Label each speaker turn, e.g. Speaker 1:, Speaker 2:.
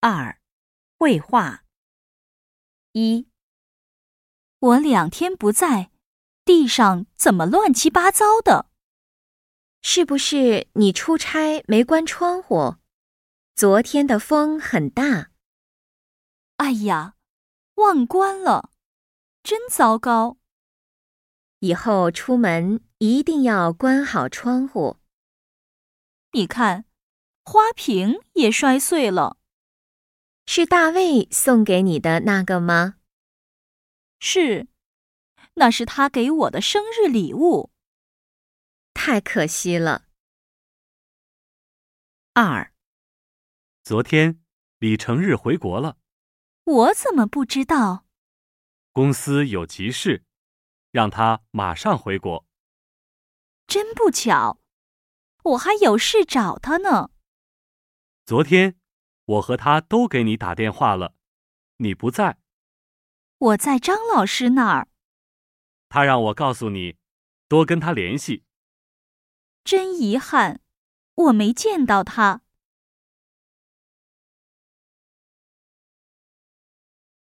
Speaker 1: 二，绘画。一，
Speaker 2: 我两天不在，地上怎么乱七八糟的？
Speaker 3: 是不是你出差没关窗户？昨天的风很大，
Speaker 2: 哎呀，忘关了，真糟糕！
Speaker 3: 以后出门一定要关好窗户。
Speaker 2: 你看，花瓶也摔碎了。
Speaker 3: 是大卫送给你的那个吗？
Speaker 2: 是，那是他给我的生日礼物。
Speaker 3: 太可惜了。
Speaker 1: 二，
Speaker 4: 昨天李成日回国了，
Speaker 2: 我怎么不知道？
Speaker 4: 公司有急事，让他马上回国。
Speaker 2: 真不巧，我还有事找他呢。
Speaker 4: 昨天我和他都给你打电话了，你不在，
Speaker 2: 我在张老师那儿，
Speaker 4: 他让我告诉你，多跟他联系。
Speaker 2: 真遗憾，我没见到他。